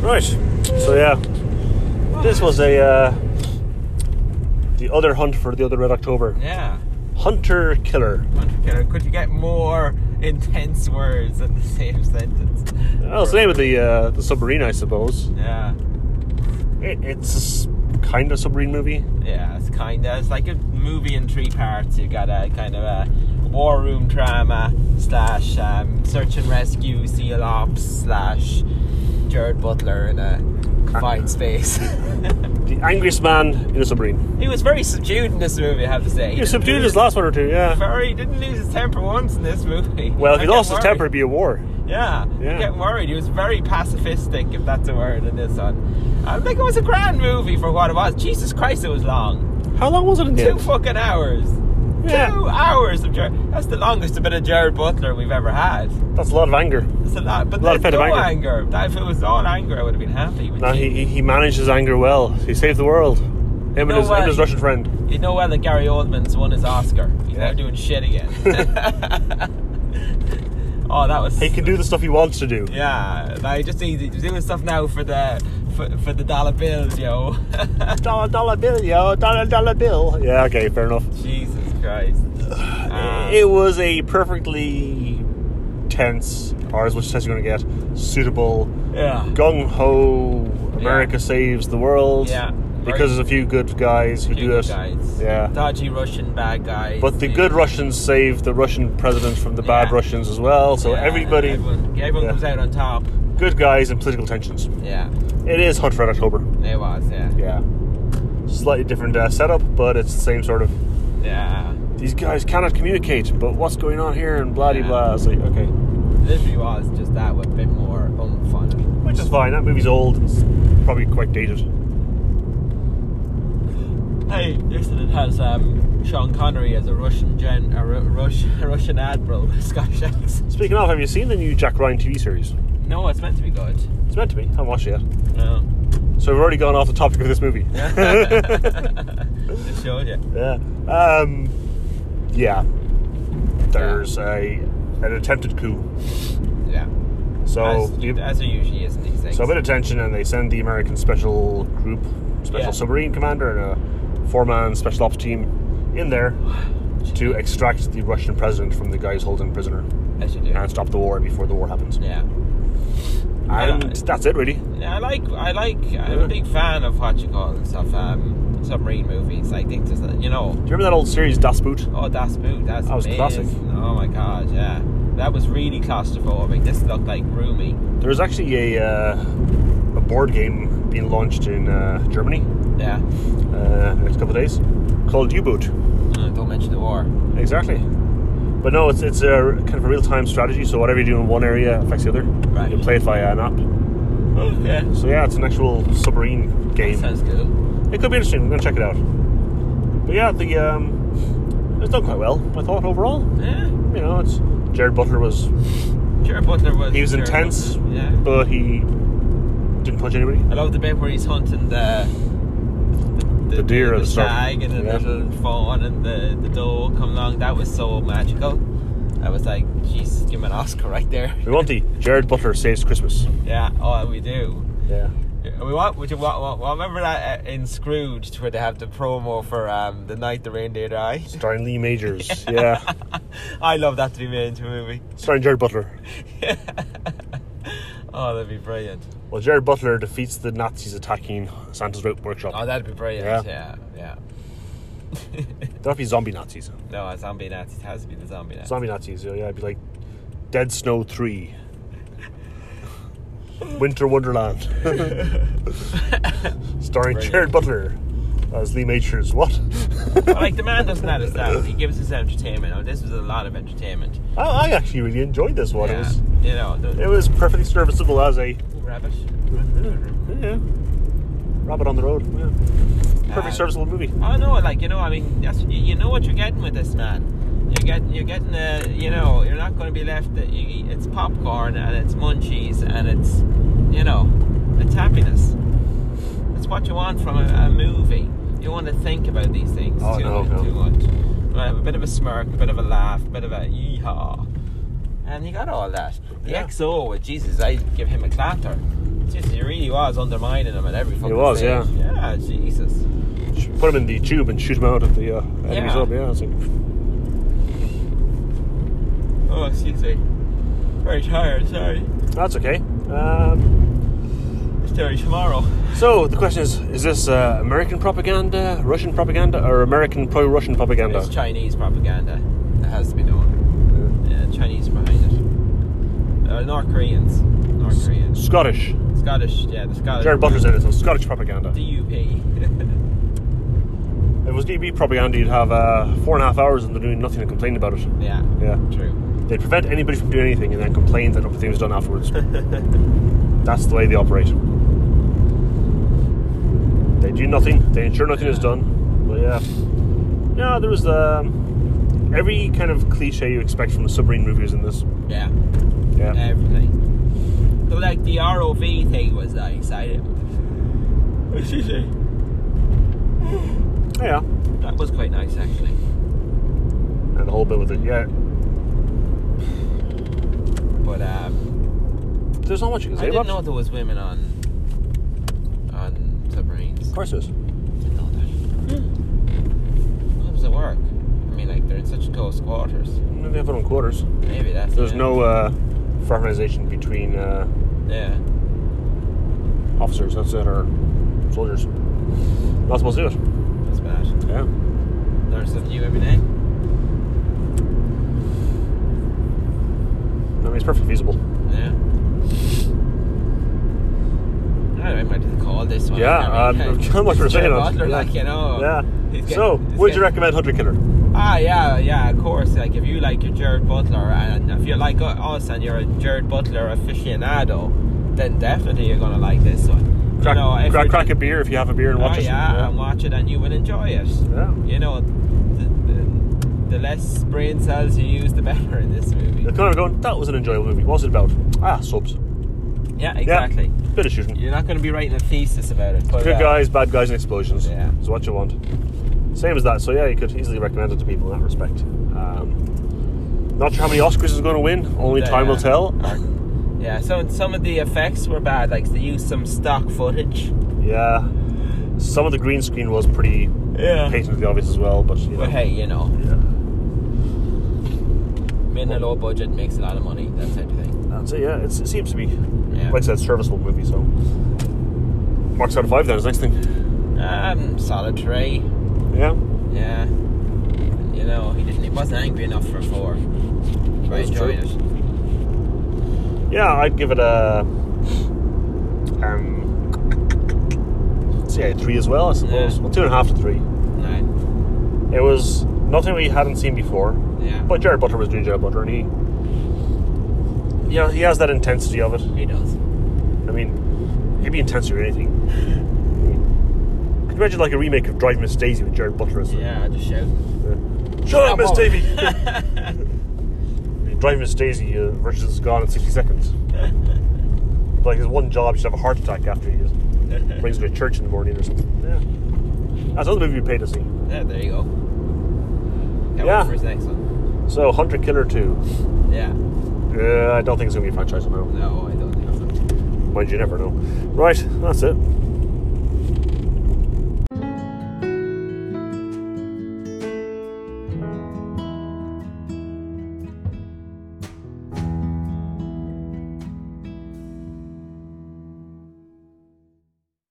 Right. So yeah, this was a uh, the other hunt for the other Red October. Yeah. Hunter killer. Hunter killer. Could you get more intense words in the same sentence? That was the name of the uh, the submarine, I suppose. Yeah. It, it's a s- kind of submarine movie. Yeah, it's kind of it's like a movie in three parts. You got a kind of a war room drama slash um, search and rescue seal ops slash Jared Butler in a confined space. The angriest man in a submarine. he was very subdued in this movie. I have to say. He didn't subdued lose- his last one or two. Yeah. Very he didn't lose his temper once in this movie. Well, if I he get lost his worried. temper, it'd be a war. Yeah, Yeah. yeah. get worried. He was very pacifistic, if that's a word in this one. I think it was a grand movie for what it was. Jesus Christ, it was long. How long was it in the Two end? fucking hours. Yeah. Two hours of Jared. That's the longest bit of Jared Butler we've ever had. That's a lot of anger. It's a lot, but A lot of there's pent-up no anger. anger. That- If it was all anger, I would have been happy. But Now he, he he managed his anger well. He saved the world. Him and No his, him and his way. Russian friend. you know well that Gary Oldman's won his Oscar. He's Yeah. now doing shit again. oh, that was. He can do the stuff he wants to do. Yeah, like just he's he's doing stuff now for the for, for the dollar bills, yo. Dollar dollar bill, yo, dollar dollar bill. Yeah, okay, fair enough. Jesus Christ. Ah. It was a perfectly tense, or as much tense you're going to get, suitable, yeah. gung ho. America saves the world. Yeah. because there's a few good guys who Few do good it. guys. Yeah. Dodgy Russian bad guys. But the They- good Russians save the Russian president from the bad Yeah. Russians as well. So Yeah, everybody, everyone, everyone yeah. comes out on top. good guys and political tensions. Yeah, It is Hunt for Red October. it was. Yeah, Yeah. Slightly different uh, setup, but it's the same sort of. yeah, These guys cannot communicate, but what's going on here and blah de Yeah. blah. It's like, okay. literally was just that with a bit more oomph on it. Which is fine. That movie's old. It's probably quite dated. Hey, listen, it has um, Sean Connery as a Russian gen, a Ru- Rush, Russian admiral with Scottish accent. Speaking of, have you seen the new Jack Ryan TV series? No, it's meant to be good. It's meant to be. I haven't watched it yet. No, So we've already gone off the topic of this movie. it showed you. yeah. Um, yeah. There's a an attempted coup. Yeah, So as, you, as there usually is in these things. So a bit of tension, and they send the American special group, special Yeah. submarine commander, and a four-man special ops team in there to extract the Russian president from the guys holding prisoner as you do. and stop the war before the war happens. Yeah. And Yeah. that's it, really. Yeah, I like, I like, I'm Yeah. a big fan of what you call and stuff, um, submarine movies. I think there's, a- you know, Do you remember that old series Das Boot? oh, that's Boot, that's That was amazing. classic. Oh my god, yeah. That was really claustrophobic. This looked like roomy. There was actually a uh, a board game being launched in uh, Germany uh, Yeah. in the next couple of days called U-Boot. Uh, don't mention the war. Exactly. But no, it's it's a kind of a real-time strategy. So whatever you do in one area affects the other. Right. You play it via an app. yeah. So yeah, it's an actual submarine game. Sounds cool. It could be interesting. I'm gonna check it out. But yeah, the um, it's done quite well. I thought overall, Yeah. you know, it's Jared Butler was Jared Butler was. he was German. intense, Yeah. but he didn't punch anybody. I love the bit where he's hunting the The deer the, and stuff. stag and the Yeah. little fawn and the the doe come along. That was so magical. I was like, jeez, give him an Oscar right there. We want the Jared Butler saves Christmas. Yeah, oh, we do. Yeah. We want, would you want, want, want- remember that uh, in Scrooge where they have the promo for um, the night the reindeer die. Starring Lee Majors. yeah. I love that to be made into a movie. Starring Jared Butler. Oh, that'd be brilliant. Well, Jared Butler defeats the Nazis attacking Santa's Rope Workshop. Oh, that'd be brilliant. Yeah, yeah. That'd be zombie Nazis. No, a zombie Nazi it has to be the zombie Nazi. Zombie Nazis. Yeah, yeah. It'd be like Dead Snow Three. Winter Wonderland. Starring Very Jared Butler as Lee Majors. What? But, like the man doesn't have his stuff. He gives us entertainment. Oh, this was a lot of entertainment. I, I actually really enjoyed this one. It was you know the it was perfectly serviceable as a rabbit. yeah, rabbit on the road. Yeah. Perfectly Uh, serviceable movie. Oh no, like you know, I mean, that's you, you know what you're getting with this man. You're getting, you're getting, uh, you know, you're not going to be left. You, it's popcorn and it's munchies and it's, you know, it's happiness. It's what you want from a, a movie. You want to think about these things Oh, too, no, no. too much. You wanna have a bit of a smirk, a bit of a laugh, a bit of a yeehaw, and you got all that. The Yeah. XO, well, Jesus, I give him a clatter. Jeez, he really was undermining him at every fucking was, stage. yeah. Yeah, Jesus. Put him in the tube and shoot him out at the uh, enemy's Yeah. hub. Yeah, it's like, Oh, excuse me. Very tired, sorry. that's okay. Um, It's Terry tomorrow. so the question is: Is this uh, American propaganda, Russian propaganda, or American pro-Russian propaganda? It's Chinese propaganda that has to be done. Yeah, Chinese behind it. Uh, North Koreans. North Koreans. Scottish. Scottish, yeah, the Scottish. Jared Butler's in it, so Scottish propaganda. DUP. If it was DB propaganda, you'd have uh, four and a half hours and they're doing nothing and complain about it. yeah, Yeah. true. They prevent anybody from doing anything and then complain that nothing was done afterwards. That's the way they operate. They do nothing, they ensure nothing is done. But yeah. Yeah, there was the. Every kind of cliche you expect from the submarine movies in this. Yeah, Yeah. everything. But like the ROV thing was uh, like excited. Excuse me. Yeah. That was quite nice actually. And the whole bit with it. Yeah. But um, There's not much you can I say didn't about know it. there was women on on submarines. Of course there is. Didn't know that. What was the work? I mean, like they're in such close quarters. They have their own quarters. Maybe that's. There's it. no uh, fraternization between. Uh, Yeah. officers, that's it, or soldiers. Not supposed to do it. That's bad. Yeah. Learn something new every day. I mean, it's perfectly feasible. Yeah. I might have to call this one. yeah, I um, mean, I'm kind of what you're Gerard saying. Butler, yeah. like, you know, Yeah. he's get- so, he's would get- you recommend Hunter Killer? Ah, yeah, yeah, of course. Like, if you like your Jared Butler, and if you're like us and you're a Jared Butler aficionado, then definitely you're gonna like this one. Crack, you know, if crack, you're- crack a beer if you have a beer and watch oh, it. yeah, and watch it, and you will enjoy it. Yeah. You know, the, the, the less brain cells you use, the better in this movie. They're kind of going, that was an enjoyable movie. What was it about? Ah, subs. Yeah, exactly. Yeah, bit of shooting. You're not going to be writing a thesis about it. But, Good uh, guys, bad guys, and explosions. Yeah. It's what you want. Same as that. So, yeah, you could easily recommend it to people in that respect. Um, not sure how many Oscars it's going to win. Only the- time will tell. Yeah, so some of the effects were bad. Like they used some stock footage. Yeah. Some of the green screen was pretty Yeah. patently obvious as well, but you know. But hey, you know, Yeah. mid and low budget makes a lot of money. That type of thing. That's it, yeah. It's, it seems to be, Yeah. like I said, serviceable movie, so. Marks out of five then is next thing. Um, solid tray. Yeah. Yeah. You know, he didn't. He wasn't angry enough for four. But I That's enjoyed it. Yeah, I'd give it a. Um, let's see, a three as well, I suppose. Yeah. Well, two and a half to three. Right. It was nothing we hadn't seen before, Yeah. but Jared Butler was doing Jared Butler, and he. Yeah, he has that intensity of it. he does. I mean, he'd be intense or anything. Could you imagine like a remake of Drive Miss Daisy with Jared Butler as the- Yeah, just shout. the- Shut up, Miss Daisy! Drive Miss Daisy uh, versus is gone in 60 seconds. like his one job, she'd have a heart attack after he just brings her to church in the morning or something. Yeah. That's another movie you pay to see. yeah, there you go. Can't Yeah. wait for his next one. So, Hunter Killer 2. Yeah. Uh, I don't think it's going to be a franchise now. No, I don't think so. Mind you, you never know. Right, that's it.